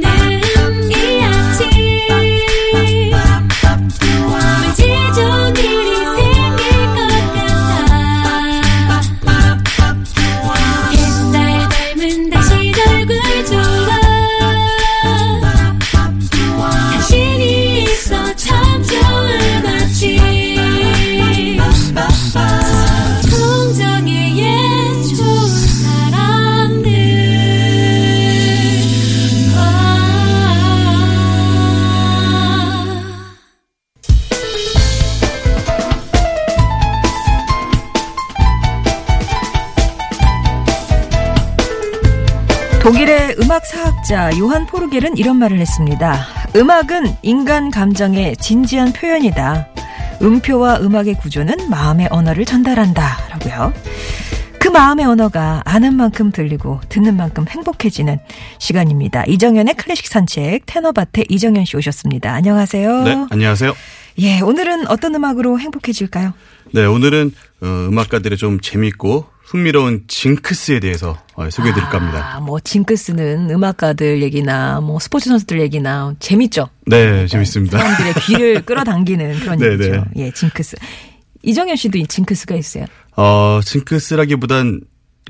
나를 깨우는 이 아침 왠지 좋은 일이 생길 것 같아 햇살 닮은 다시 얼굴 좋아 당신이 있어 참 좋은 아침 풍정의 예 좋은 사람들 와 독일의 음악 사학자 요한 포르겔은 이런 말을 했습니다. 음악은 인간 감정의 진지한 표현이다. 음표와 음악의 구조는 마음의 언어를 전달한다. 라고요. 그 마음의 언어가 아는 만큼 들리고 듣는 만큼 행복해지는 시간입니다. 이정현의 클래식 산책 테너밭에 이정현 씨 오셨습니다. 안녕하세요. 네, 안녕하세요. 예, 오늘은 어떤 음악으로 행복해질까요? 네, 오늘은 어, 음악가들의 좀 재밌고 흥미로운 징크스에 대해서 어, 소개해드릴까 합니다. 아, 뭐 징크스는 음악가들 얘기나 뭐 스포츠 선수들 얘기나 재밌죠. 네, 재밌습니다. 사람들의 귀를 끌어당기는 그런 네, 얘기죠. 네. 예, 징크스. 이정현 씨도 이 징크스가 있어요. 어, 징크스라기보단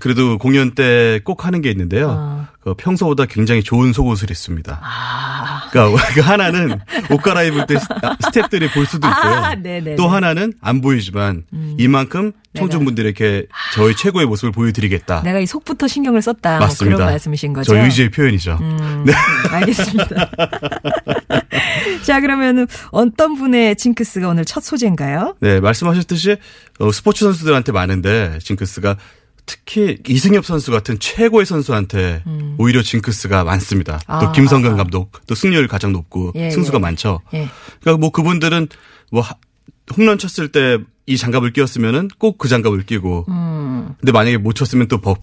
그래도 공연 때 꼭 하는 게 있는데요. 어. 그 평소보다 굉장히 좋은 속옷을 입습니다. 아. 그러니까 그 하나는 옷 갈아입을 때 스- 아, 스탭들이 볼 수도 있고요. 아, 네네네. 음. 또 하나는 안 보이지만 이만큼 청중분들에게 저의 최고의 모습을 보여드리겠다. 내가 이 속부터 신경을 썼다. 뭐 맞습니다. 그런 말씀이신 거죠. 저 의지의 표현이죠. 음, 알겠습니다. 자, 그러면 어떤 분의 징크스가 오늘 첫 소재인가요? 네, 말씀하셨듯이 어, 스포츠 선수들한테 많은데 징크스가 특히 이승엽 선수 같은 최고의 선수한테 오히려 징크스가 많습니다. 음. 아, 또 김성근 감독, 또 승률 가장 높고 예, 승수가 예. 많죠. 예. 그러니까 뭐 그분들은 뭐 하- 홈런 쳤을 때 이 장갑을 끼웠으면은 꼭 그 장갑을 끼고. 음. 근데 만약에 못 쳤으면 또 버,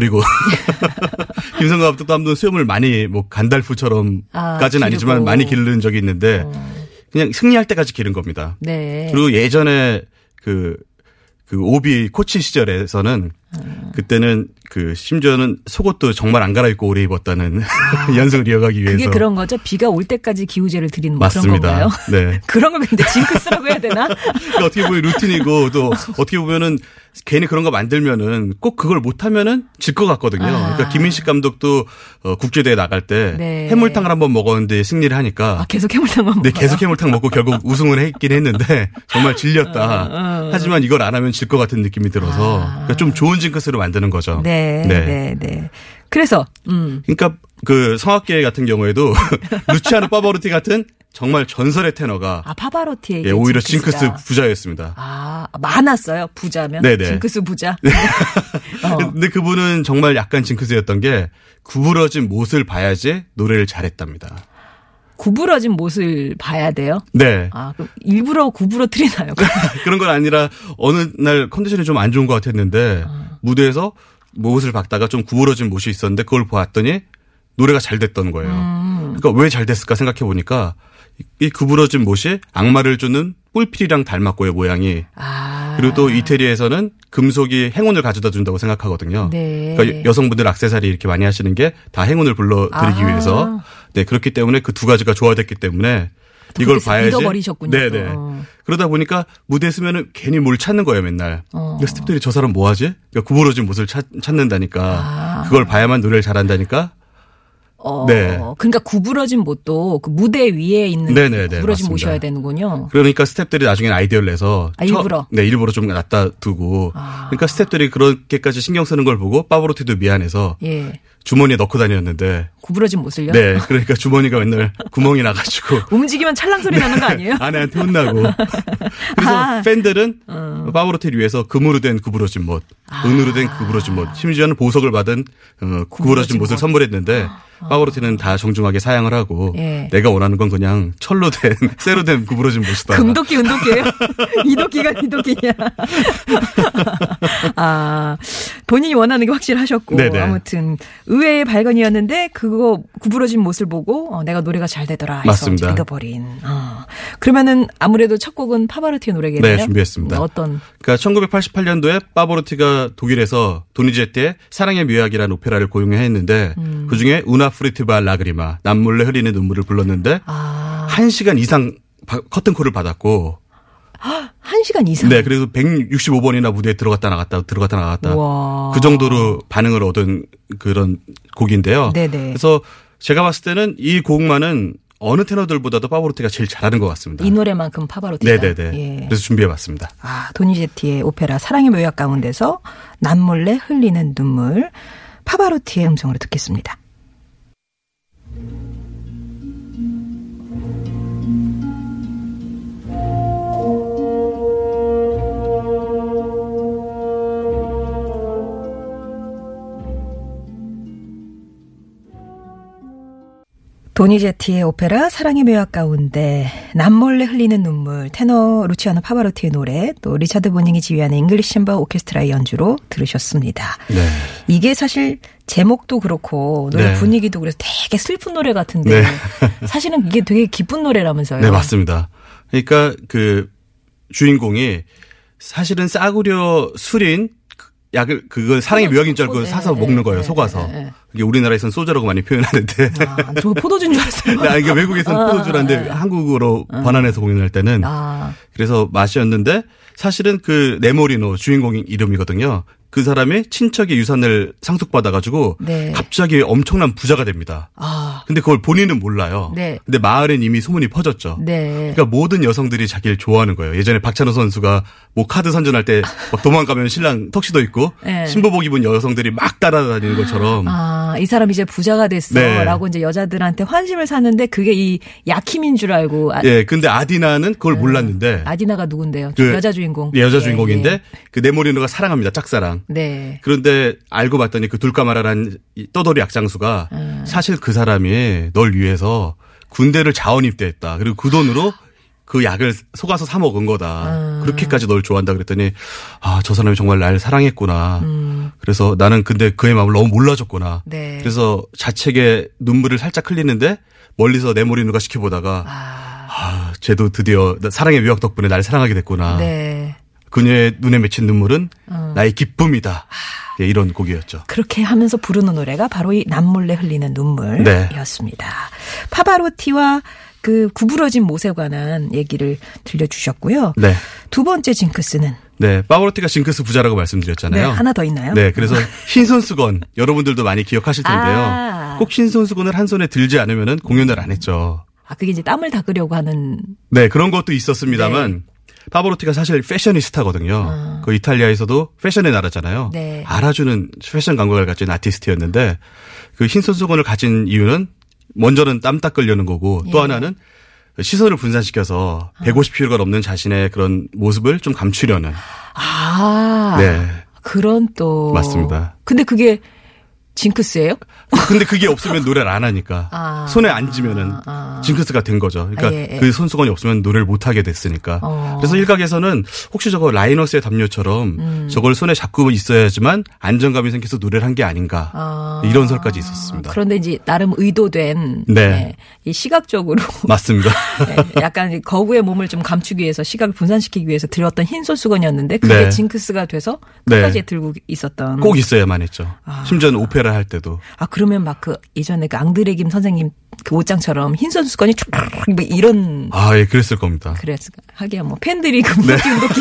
리고 김성근 감독도 한번 수염을 많이 뭐 아, 간달프처럼까지는 아, 니지 기르고. 만 어. 많이 기른 적이 있는데 그냥 승리할 때까지 기른 겁니다. 네. 그리고 예전에 그, 그 오비 코치 시절에서는 음. 그때는 그 심지어는 속옷도 정말 안 갈아입고 오래 입었다는 연습을 이어가기 위해서. 그게 그런 거죠. 비가 올 때까지 기우제를 드리는 뭐 그런 맞습니다. 건가요? 네. 그런 걸 근데 징크스라고 해야 되나? 그러니까 어떻게 보면 루틴이고 또 어떻게 보면은 괜히 그런 거 만들면은 꼭 그걸 못하면은 질 것 같거든요. 그러니까 김민식 감독도 어, 국제대회 나갈 때 아. 네. 해물탕을 한번 먹었는데 승리를 하니까 아, 계속 해물탕만 네, 먹어요. 계속 해물탕 먹고 결국 우승을 했긴 했는데 정말 어, 질렸다. 하지만 이걸 안 하면 질 것 같은 느낌이 들어서 그러니까 좀 좋은 징크스를 만드는 거죠. 아. 네, 네, 네. 그래서 음. 그러니까 그 성악계 같은 경우에도 루치아노 파바로티 같은 정말 전설의 테너가 아, 파바로티의 예, 오히려 징크스다. 징크스 부자였습니다. 아, 많았어요. 부자면. 네네. 징크스 부자. 어. 근데 그분은 정말 약간 징크스였던 게 구부러진 못을 봐야지 노래를 잘했답니다. 구부러진 못을 봐야 돼요. 네. 아, 그럼 일부러 구부러뜨리나요? 그런 건 아니라 어느 날 컨디션이 좀 안 좋은 것 같았는데 무대에서 못을 박다가 좀 구부러진 못이 있었는데 그걸 보았더니 노래가 잘 됐던 거예요. 그러니까 왜 잘 됐을까 생각해 보니까 이 구부러진 못이 악마를 주는 뿔필이랑 닮았고요 모양이. 아. 그리고 또 이태리에서는 금속이 행운을 가져다 준다고 생각하거든요. 네. 그러니까 여성분들 악세사리 이렇게 많이 하시는 게 다 행운을 불러드리기 아. 위해서. 네, 그렇기 때문에 그 두 가지가 조화됐기 때문에 이걸 그렇게 봐야지. 믿어버리셨군요, 또. 네네. 어. 그러다 보니까 무대에 서면은 괜히 뭘 찾는 거예요, 맨날. 어. 그러니까 스탭들이 저 사람 뭐 하지? 그러니까 구부러진 못을 찾, 는다니까 그걸 봐야만 노래를 잘한다니까. 아. 어, 네. 그러니까 구부러진 못도 그 무대 위에 있는 네네네, 구부러진 맞습니다. 못이어야 되는군요. 그러니까 스탭들이 나중에 아이디어를 내서 아, 처- 일부러? 아. 네 일부러 좀 놔다 두고 그러니까 스탭들이 그렇게까지 신경 쓰는 걸 보고 파브로티도 미안해서 예. 주머니에 넣고 다녔는데 구부러진 못을요? 네 그러니까 주머니가 맨날 구멍이 나가지고 움직이면 찰랑 소리 나는 네. 거 아니에요? 아내한테 혼나고 그래서 아. 어. 팬들은 파브로티를 위해서 금으로 된 구부러진 못 아. 은으로 된 구부러진 못심지어는 보석을 받은 어, 구부러진 못을 선물했는데 아. 파바로티는 다 정중하게 사양을 하고 예. 내가 원하는 건 그냥 철로 된 쇠로 된 구부러진 못이다. 금도끼, 은도끼예요 이도끼가 이도끼냐. 아, 본인이 원하는 게 확실하셨고. 네네. 아무튼, 의외의 발견이었는데, 그거 구부러진 모습을 보고, 어, 내가 노래가 잘 되더라. 해서 맞습니다. 믿어버린. 어. 그러면은, 아무래도 첫 곡은 파바르티의 노래겠네요. 네, 준비했습니다. 어떤, 그러니까 1988년도에 파보르티가 독일에서 도니제티의 사랑의 묘약이라는 오페라를 고용했는데 음. 그중에 우나 프리티바 라그리마 남몰래 흐리는 눈물을 불렀는데 아, 한시간 이상 바- 커튼콜을 받았고 한 시간 이상. 네, 그래서 165번이나 무대에 들어갔다 나갔다 들어갔다 나갔다 우와. 그 정도로 반응을 얻은 그런 곡인데요. 네네. 그래서 제가 봤을 때는 이 곡만은 어느 테너들보다도 파보르티가 제일 잘하는 것 같습니다. 이 노래만큼 파바로티다. 네네네. 예. 그래서 준비해봤습니다. 아, 도니제티의 오페라 사랑의 묘약 가운데서 남몰래 흘리는 눈물 파바로티의 음성으로 듣겠습니다. 도니제티의 오페라 사랑의 묘약 가운데 남몰래 흘리는 눈물 테너 루치아노 파바로티의 노래 또 리차드 보닝이 지휘하는 잉글리시 챔버 오케스트라의 연주로 들으셨습니다. 네. 이게 사실 제목도 그렇고 노래 네. 분위기도 그래서 되게 슬픈 노래 같은데 사실은 이게 되게 기쁜 노래라면서요. 네, 맞습니다. 그러니까 그 주인공이 사실은 싸구려 술인 그 약을 그걸 사랑의 묘약인 줄 알고 네, 사서 네, 먹는 거예요. 네, 속아서. 네, 네. 그게 우리나라에서는 소주라고 많이 표현하는데. 아, 저 포도주인 줄 알았어요. 아, 이게 외국에서는 포도주라는데 한국어로 번안해서 공연할 때는 아, 그래서 맛이었는데 사실은 그 네모리노 주인공 이름이거든요. 그 사람이 친척의 유산을 상속받아가지고 네. 갑자기 엄청난 부자가 됩니다. 아, 근데 그걸 본인은 몰라요. 네. 근데 마을엔 이미 소문이 퍼졌죠. 네. 그러니까 모든 여성들이 자기를 좋아하는 거예요. 예전에 박찬호 선수가 뭐 카드 선전할 때 막 도망가면 신랑 턱시도 입고 네. 신부복 입은 여성들이 막 따라다니는 것처럼 아, 이 사람 이제 부자가 됐어. 음. 네. 라고 이제 여자들한테 환심을 사는데 그게 이 약힘인 줄 알고 아, 예, 근데 아디나는 그걸 몰랐는데 음. 아디나가 누군데요? 그 여자 주인공. 여자 예, 주인공인데 예. 그 네모리노가 사랑합니다. 짝사랑. 네. 그런데 알고 봤더니 그 둘까마라란 이 떠돌이 약장수가 네. 사실 그 사람이 널 위해서 군대를 자원 입대했다. 그리고 그 돈으로 그 약을 속아서 사 먹은 거다. 그렇게까지 널 좋아한다 그랬더니 아, 저 사람이 정말 날 사랑했구나. 그래서 나는 근데 그의 마음을 너무 몰라줬구나. 음. 네. 그래서 자책에 눈물을 살짝 흘리는데 멀리서 내모리누가 시켜보다가 아, 아, 쟤도 드디어 나- 사랑의 위협 덕분에 날 사랑하게 됐구나. 네. 그녀의 눈에 맺힌 눈물은 어. 나의 기쁨이다. 예, 이런 곡이었죠. 그렇게 하면서 부르는 노래가 바로 이 남몰래 흘리는 네. 눈물이었습니다. 파바로티와 그 구부러진 못에 관한 얘기를 들려주셨고요. 네. 두 번째 징크스는 네, 파워로티가 징크스 부자라고 네, 말씀드렸잖아요. 하나 더 있나요? 네, 그래서 흰손수건 여러분들도 많이 기억하실 텐데요. 아. 꼭 흰손수건을 한 손에 들지 않으면은 공연을 안 했죠. 아, 그게 이제 땀을 닦으려고 하는 네, 그런 것도 있었습니다만 파보로티가 사실 패셔니스타거든요. 그 이탈리아에서도 패션의 나라잖아요. 네. 알아주는 패션 감각을 가진 아티스트였는데 그 흰손수건을 가진 이유는 먼저는 땀 닦으려는 거고 또 하나는 시선을 분산시켜서 150kg가 넘는 자신의 그런 모습을 좀 감추려는. 아. 네. 그런 또 맞습니다. 근데 그게 징크스예요? 근데 그게 없으면 노래를 안 하니까 아. 손에 앉으면은 아. 징크스가 된 거죠. 그러니까 아, 예, 예. 그 손수건이 없으면 노래를 못 하게 됐으니까. 어. 그래서 일각에서는 혹시 저거 라이너스의 담요처럼 음. 저걸 손에 잡고 있어야지만 안정감이 생겨서 노래를 한 게 아닌가 아. 이런 설까지 있었습니다. 그런데 이제 나름 의도된 네. 이 시각적으로 맞습니다. 네, 약간 이 거구의 몸을 좀 감추기 위해서 시각을 분산시키기 위해서 들었던 흰솔 수건이었는데 그게 네. 징크스가 돼서 네. 끝까지 들고 있었던 꼭 있어야만 했죠. 심지어는 오페라 할 때도. 아 그러면 막 그 예전에 그 앙드레 김 선생님 그 옷장처럼 흰솔 수건이 쭉 이런 아, 예, 그랬을 겁니다. 그래서 하기야 뭐 팬들이 네. 금모띠 은도끼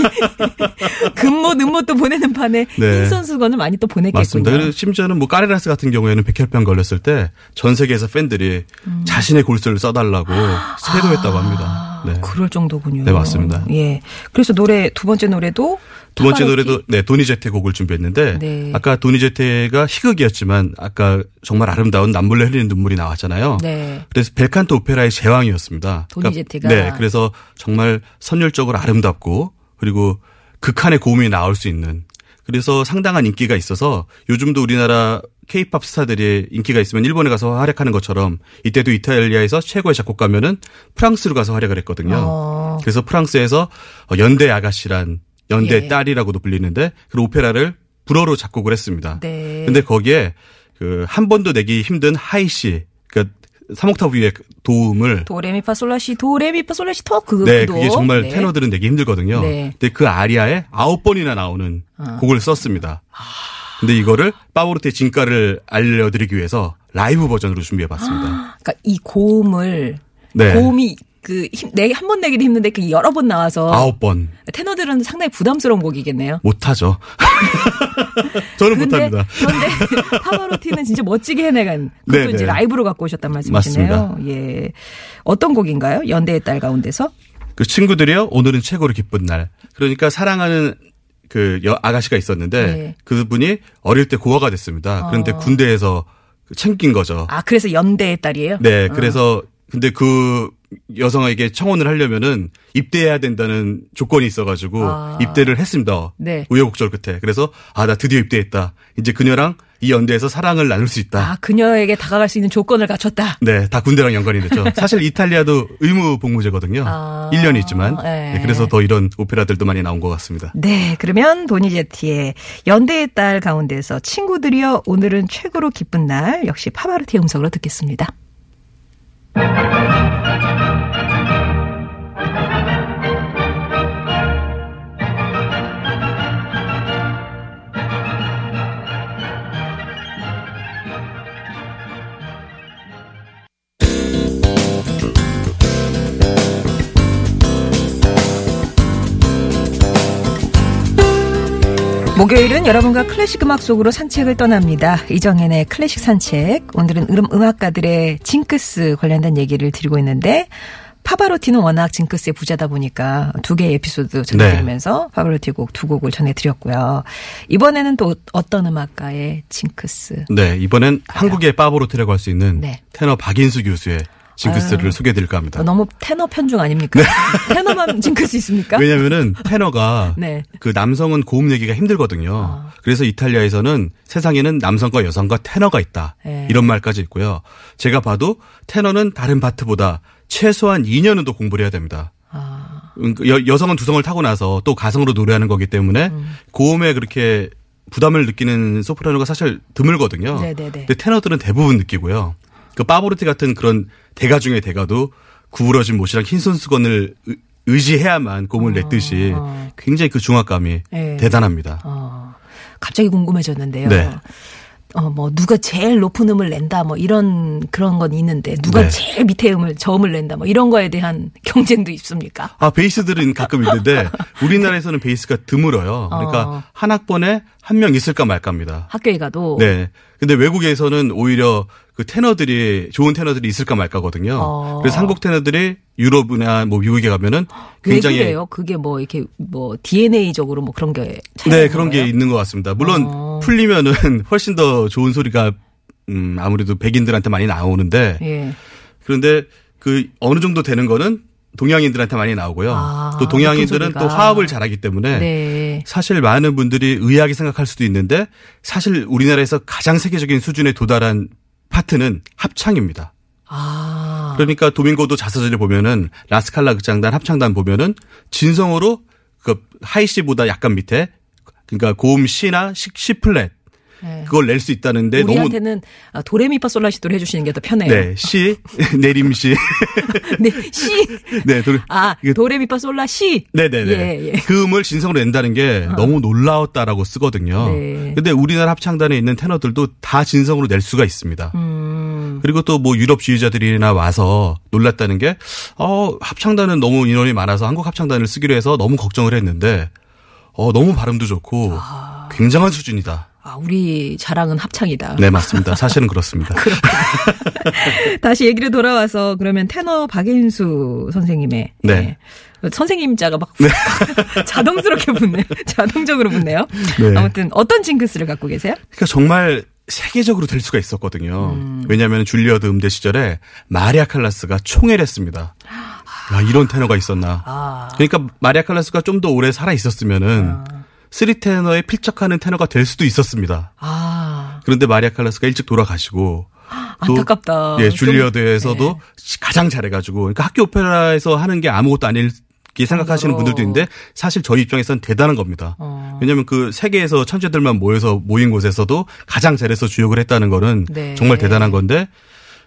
금모 은모도 보내는 판에 네. 흰솔 수건을 많이 또 보냈겠군요. 맞습니다. 그리고 심지어는 뭐 까레라스 같은 경우에는 백혈병 걸렸을 때 전 세계에서 팬들이 음. 자신의 골수를 써달라고 아, 세도했다고 합니다. 네. 그럴 정도군요. 네, 맞습니다. 예. 그래서 노래 두 번째 노래도 두 번째 파바로티. 노래도 네 도니제테 곡을 준비했는데 네. 아까 도니제테가 희극이었지만 아까 정말 아름다운 남몰래 흘리는 눈물이 나왔잖아요. 네. 그래서 벨칸토 오페라의 제왕이었습니다. 도니제테가. 네, 그래서 정말 선율적으로 아름답고 그리고 극한의 고음이 나올 수 있는 그래서 상당한 인기가 있어서 요즘도 우리나라 케이팝 스타들이 인기가 있으면 일본에 가서 활약하는 것처럼 이때도 이탈리아에서 최고의 작곡가면은 프랑스로 가서 활약을 했거든요. 어. 그래서 프랑스에서 어, 연대 아가씨란 연대 예. 딸이라고도 불리는데 그 오페라를 불어로 작곡을 했습니다. 네. 근데 거기에 그 한 번도 내기 힘든 하이 씨, 그러니까 3옥타브 위의 도움을 도레미파 솔라시 도레미파 솔라시 터그 네, 그게 정말 테너들은 내기 힘들거든요. 네. 아. 근데 그 아리아에 아홉 번이나 나오는 곡을 썼습니다. 근데 이거를 파보르테 진가를 알려드리기 위해서 라이브 버전으로 준비해봤습니다. 그러니까 이 고음을 네. 고음이 그내한번 내기도 힘든데 그 여러 번 나와서 아홉 번 테너들은 상당히 부담스러운 곡이겠네요. 못하죠. 저는 근데 못합니다. 그런데 파바로티는 진짜 멋지게 해내간 그것도 네, 이제 네. 라이브로 갖고 오셨단 말씀이시네요. 맞습니다. 예. 어떤 곡인가요? 연대의 딸 가운데서 그 친구들이요. 오늘은 최고로 기쁜 날. 그러니까 사랑하는 그 여- 아가씨가 있었는데 네. 그분이 어릴 때 고아가 됐습니다. 그런데 군대에서 그 챙긴 거죠. 아 그래서 연대의 딸이에요. 네, 그래서 근데 그 여성에게 청혼을 하려면은 입대해야 된다는 조건이 있어가지고 아. 입대를 했습니다. 네. 우여곡절 끝에 그래서 아 나 드디어 입대했다. 이제 그녀랑 이 연대에서 사랑을 나눌 수 있다. 아 그녀에게 다가갈 수 있는 조건을 갖췄다. 네, 다 군대랑 연관이 되죠. 사실 이탈리아도 의무 복무제거든요. 아. 1년이 있지만. 네. 네, 그래서 더 이런 오페라들도 많이 나온 것 같습니다. 네, 그러면 도니제티의 연대의 딸 가운데서 친구들이여 오늘은 최고로 기쁜 날 역시 파바르티의 음성으로 듣겠습니다. 목요일은 여러분과 클래식 음악 속으로 산책을 떠납니다. 이정현의 클래식 산책. 오늘은 음, 음악가들의 징크스 관련된 얘기를 드리고 있는데 파바로티는 워낙 징크스의 부자다 보니까 두 개의 에피소드 전해드리면서 파바로티 곡 두 곡을 전해드렸고요. 이번에는 또 어떤 음악가의 징크스? 네, 이번엔 한국의 파보로티라고 할 수 있는 네. 아. 테너 박인수 교수의 징크스를 소개해드릴까 합니다. 뭐 너무 테너 편중 아닙니까? 테너만 징크스 있습니까? 왜냐면은 테너가 네. 아. 그 남성은 고음 내기가 힘들거든요. 그래서 이탈리아에서는 세상에는 남성과 여성과 테너가 있다. 네. 이런 말까지 있고요. 제가 봐도 테너는 다른 바트보다 최소한 2년은 더 공부를 해야 됩니다. 아. 음, 그 여, 여성은 두성을 타고 나서 또 가성으로 노래하는 거기 때문에 고음에 그렇게 부담을 느끼는 소프라노가 사실 드물거든요. 네네네. 근데 테너들은 대부분 느끼고요. 그 파보르티 같은 그런 대가 중의 대가도 구부러진 못이랑 흰손 수건을 의- 의지해야만 고음을 냈듯이 굉장히 그 중압감이 아. 예. 대단합니다. 어, 갑자기 궁금해졌는데요. 네. 어, 뭐, 누가 제일 높은 음을 낸다, 뭐, 이런, 그런 건 있는데, 누가 네. 제일 밑에 음을, 저음을 낸다, 뭐, 이런 거에 대한 경쟁도 있습니까? 아, 베이스들은 가끔 있는데 우리나라에서는 베이스가 드물어요. 그러니까 어. 한 학번에 한 명 있을까 말까입니다. 학교에 가도. 네. 근데 외국에서는 오히려 그 테너들이 좋은 테너들이 있을까 말까거든요. 어. 그래서 한국 테너들이 유럽이나 뭐 미국에 가면은 왜 굉장히 그래요? 그게 뭐, 이렇게, 뭐, DNA적으로 뭐, 그런 게. 차이가 네, 있는 그런 거예요? 게 있는 것 같습니다. 물론 어. 풀리면은 훨씬 더 좋은 소리가 음, 아무래도 백인들한테 많이 나오는데 예. 그런데 그 어느 정도 되는 거는 동양인들한테 많이 나오고요. 아, 또 동양인들은 높은 또 소리가. 화합을 잘하기 때문에 네. 사실 많은 분들이 의아하게 생각할 수도 있는데 사실 우리나라에서 가장 세계적인 수준에 도달한 파트는 합창입니다. 아. 그러니까 도밍고도 자서전에 보면은 라스칼라 극장단 합창단 보면은 진성으로 그 하이 씨보다 약간 밑에 그러니까 고음 C나 C, C 플랫 네. 그걸 낼 수 있다는데 너무 우리한테는 아, 도레미파솔라시도를 해주시는 게 더 편해요. 네, C 내림 C. 네, 시. 네, 도, 아, 이게- 도레미파솔라시. 네네네. 예, 예. 그 음을 진성으로 낸다는 게 너무 놀라웠다라고 쓰거든요. 네. 근데 우리나라 합창단에 있는 테너들도 다 진성으로 낼 수가 있습니다. 음. 그리고 또 뭐 유럽 지휘자들이나 와서 놀랐다는 게, 어, 합창단은 너무 인원이 많아서 한국 합창단을 쓰기로 해서 너무 걱정을 했는데, 어, 너무 발음도 좋고, 굉장한 수준이다. 아, 우리 자랑은 합창이다. 네, 맞습니다. 사실은 그렇습니다. 다시 얘기를 돌아와서 그러면 테너 박인수 선생님의 네. 예. 선생님자가 막 자동스럽게 붙네요. 자동적으로 붙네요. 네. 아무튼 어떤 징크스를 갖고 계세요? 그러니까 정말 세계적으로 될 수가 있었거든요. 왜냐하면 줄리어드 음대 시절에 마리아 칼라스가 총애를 했습니다. 야, 이런 테너가 있었나. 아. 그러니까 마리아 칼라스가 좀 더 오래 살아 있었으면은 쓰리 테너에 필적하는 테너가 될 수도 있었습니다. 아, 그런데 마리아 칼라스가 일찍 돌아가시고 또, 안타깝다. 예, 좀, 줄리어드에서도 네. 가장 잘해가지고 그러니까 학교 오페라에서 하는 게 아무것도 아닐 게 생각하시는 분들도 있는데 사실 저희 입장에서는 대단한 겁니다. 어. 왜냐하면 그 세계에서 천재들만 모여서 모인 곳에서도 가장 잘해서 주역을 했다는 거는 네. 정말 대단한 건데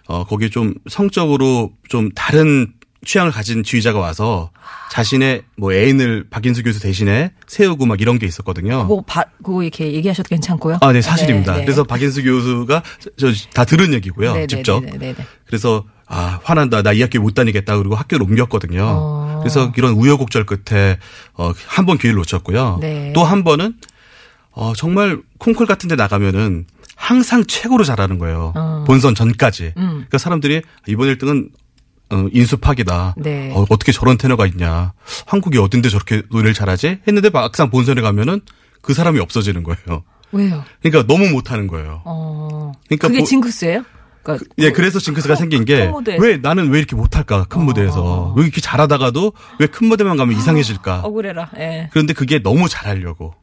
어 거기 좀 성적으로 좀 다른 취향을 가진 지휘자가 와서 자신의 뭐 애인을 박인수 교수 대신에 세우고 막 이런 게 있었거든요. 그거 바, 그거 이렇게 얘기하셔도 괜찮고요. 아, 네, 사실입니다. 네, 네. 그래서 박인수 교수가 저 다 들은 얘기고요. 네, 네, 직접. 네, 네, 네. 그래서 아, 화난다. 나 이 학교 못 다니겠다. 그리고 학교를 옮겼거든요. 어. 그래서 이런 우여곡절 끝에 어, 한 번 기회를 놓쳤고요. 네. 또 한 번은 어, 정말 콩쿨 같은 데 나가면은 항상 최고로 잘하는 거예요. 어. 본선 전까지. 음. 그러니까 사람들이 이번 1등은 어, 인수팍이다. 네. 어, 어떻게 저런 테너가 있냐. 한국이 어딘데 저렇게 노래를 잘하지? 했는데 막상 본선에 가면은 그 사람이 없어지는 거예요. 왜요? 그러니까 너무 못하는 거예요. 어. 그러니까 그게 뭐- 징크스예요? 그러니까 예, 그래서 징크스가 큰- 생긴 큰 게 무대. 어. 왜 나는 왜 이렇게 못할까 큰 무대에서 왜 이렇게 잘하다가도 왜 큰 무대만 가면 이상해질까 억울해라. 예. 그런데 그게 너무 잘하려고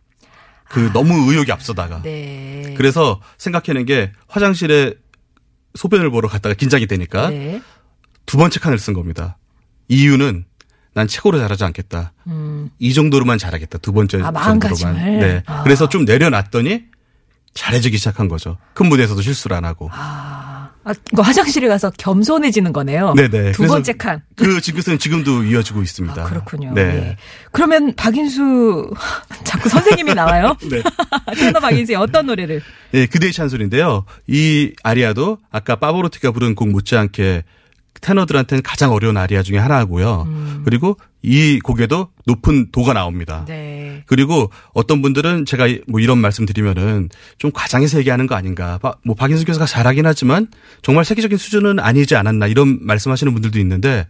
그 너무 의욕이 앞서다가 아. 네. 그래서 생각해낸 게 화장실에 소변을 보러 갔다가 긴장이 되니까 네. 두 번째 칸을 쓴 겁니다 이유는 난 최고로 잘하지 않겠다 이 정도로만 잘하겠다 두 번째 음. 아, 마음가짐을. 정도로만 네 아. 그래서 좀 내려놨더니 잘해지기 시작한 거죠 큰 무대에서도 실수를 안 하고 아, 그러니까 화장실에 가서 겸손해지는 거네요. 네네. 어, 두 그래서 번째 칸. 그 징크스는 지금도 이어지고 있습니다. 아, 그렇군요. 네. 예. 그러면 박인수 자꾸 선생님이 나와요. 네. 테너 박인수의 어떤 노래를? 예, 그대의 찬송인데요. 이 아리아도 아까 파보로티가 부른 곡 못지않게 테너들한테는 가장 어려운 아리아 중에 하나고요. 그리고 이 곡에도 높은 도가 나옵니다. 음. 네. 그리고 어떤 분들은 제가 뭐 이런 말씀 드리면은 좀 과장해서 얘기하는 거 아닌가. 바- 뭐 박인수 교수가 잘하긴 하지만 정말 세계적인 수준은 아니지 않았나 이런 말씀하시는 분들도 있는데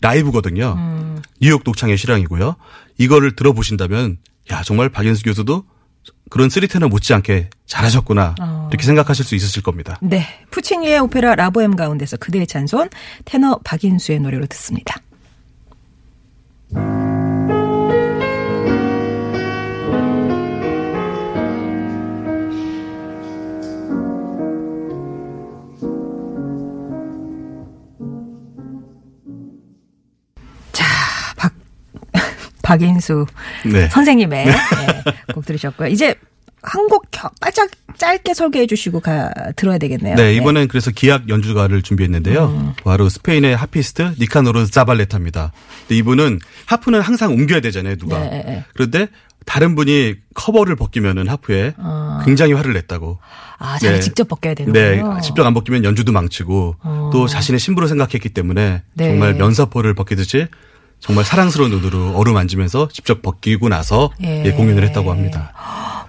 라이브거든요. 뉴욕 독창의 실황이고요. 이거를 들어보신다면 야 정말 박인수 교수도 그런 쓰리테너 못지않게 잘하셨구나 이렇게 생각하실 수 있으실 겁니다. 네. 푸치니의 오페라 라보엠 가운데서 그대의 찬손 테너 박인수의 노래로 듣습니다. 자, 박 박인수 네. 선생님의 예, 곡 들으셨고요. 이제 한 곡 빠짝 짧게 소개해 주시고 가 들어야 되겠네요. 음. 네, 이번엔 그래서 기악 연주가를 준비했는데요. 바로 스페인의 하피스트 니카노르 자발레타입니다. 근데 이분은 하프는 항상 옮겨야 되잖아요, 누가. 네, 네, 네. 그런데 다른 분이 커버를 벗기면은 하프에 굉장히 화를 냈다고. 아, 자기 네. 직접 벗겨야 되는 네, 거요 어. 직접 안 벗기면 연주도 망치고 또 자신의 신부로 생각했기 때문에 네. 정말 면사포를 벗기듯이 정말 사랑스러운 눈으로 어루만지면서 직접 벗기고 나서 예. 아, 예, 공연을 했다고 합니다.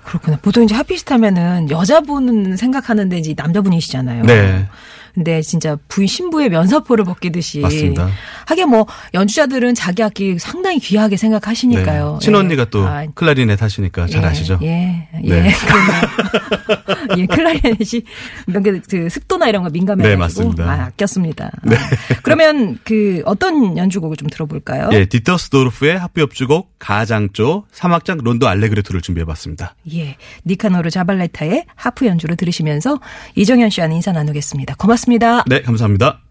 그렇구나. 보통 이제 하피스타면은 여자분 생각하는데 이제 남자분이시잖아요. 네. 근데 진짜 부인 신부의 면사포를 벗기듯이 맞습니다. 하긴 뭐 연주자들은 자기 악기 상당히 귀하게 생각하시니까요. 네. 친언니가 예. 또 아, 클라리넷 하시니까 잘 예, 아시죠? 예, 예. 네. 그러네요. 예, 클라리넷이 뭔가 그 습도나 이런 거 민감해 네, 가지고 맞습니다. 네. 아, 아꼈습니다. 아, 그러면 그 어떤 연주곡을 좀 들어볼까요? 예, 디터스도르프의 합부협주곡 가장조 사막장 론도 알레그레토를 준비해봤습니다. 예, 니카노르 자발레타의 하프 연주로 들으시면서 이정현 씨와는 인사 나누겠습니다. 고맙습니다. 네, 감사합니다.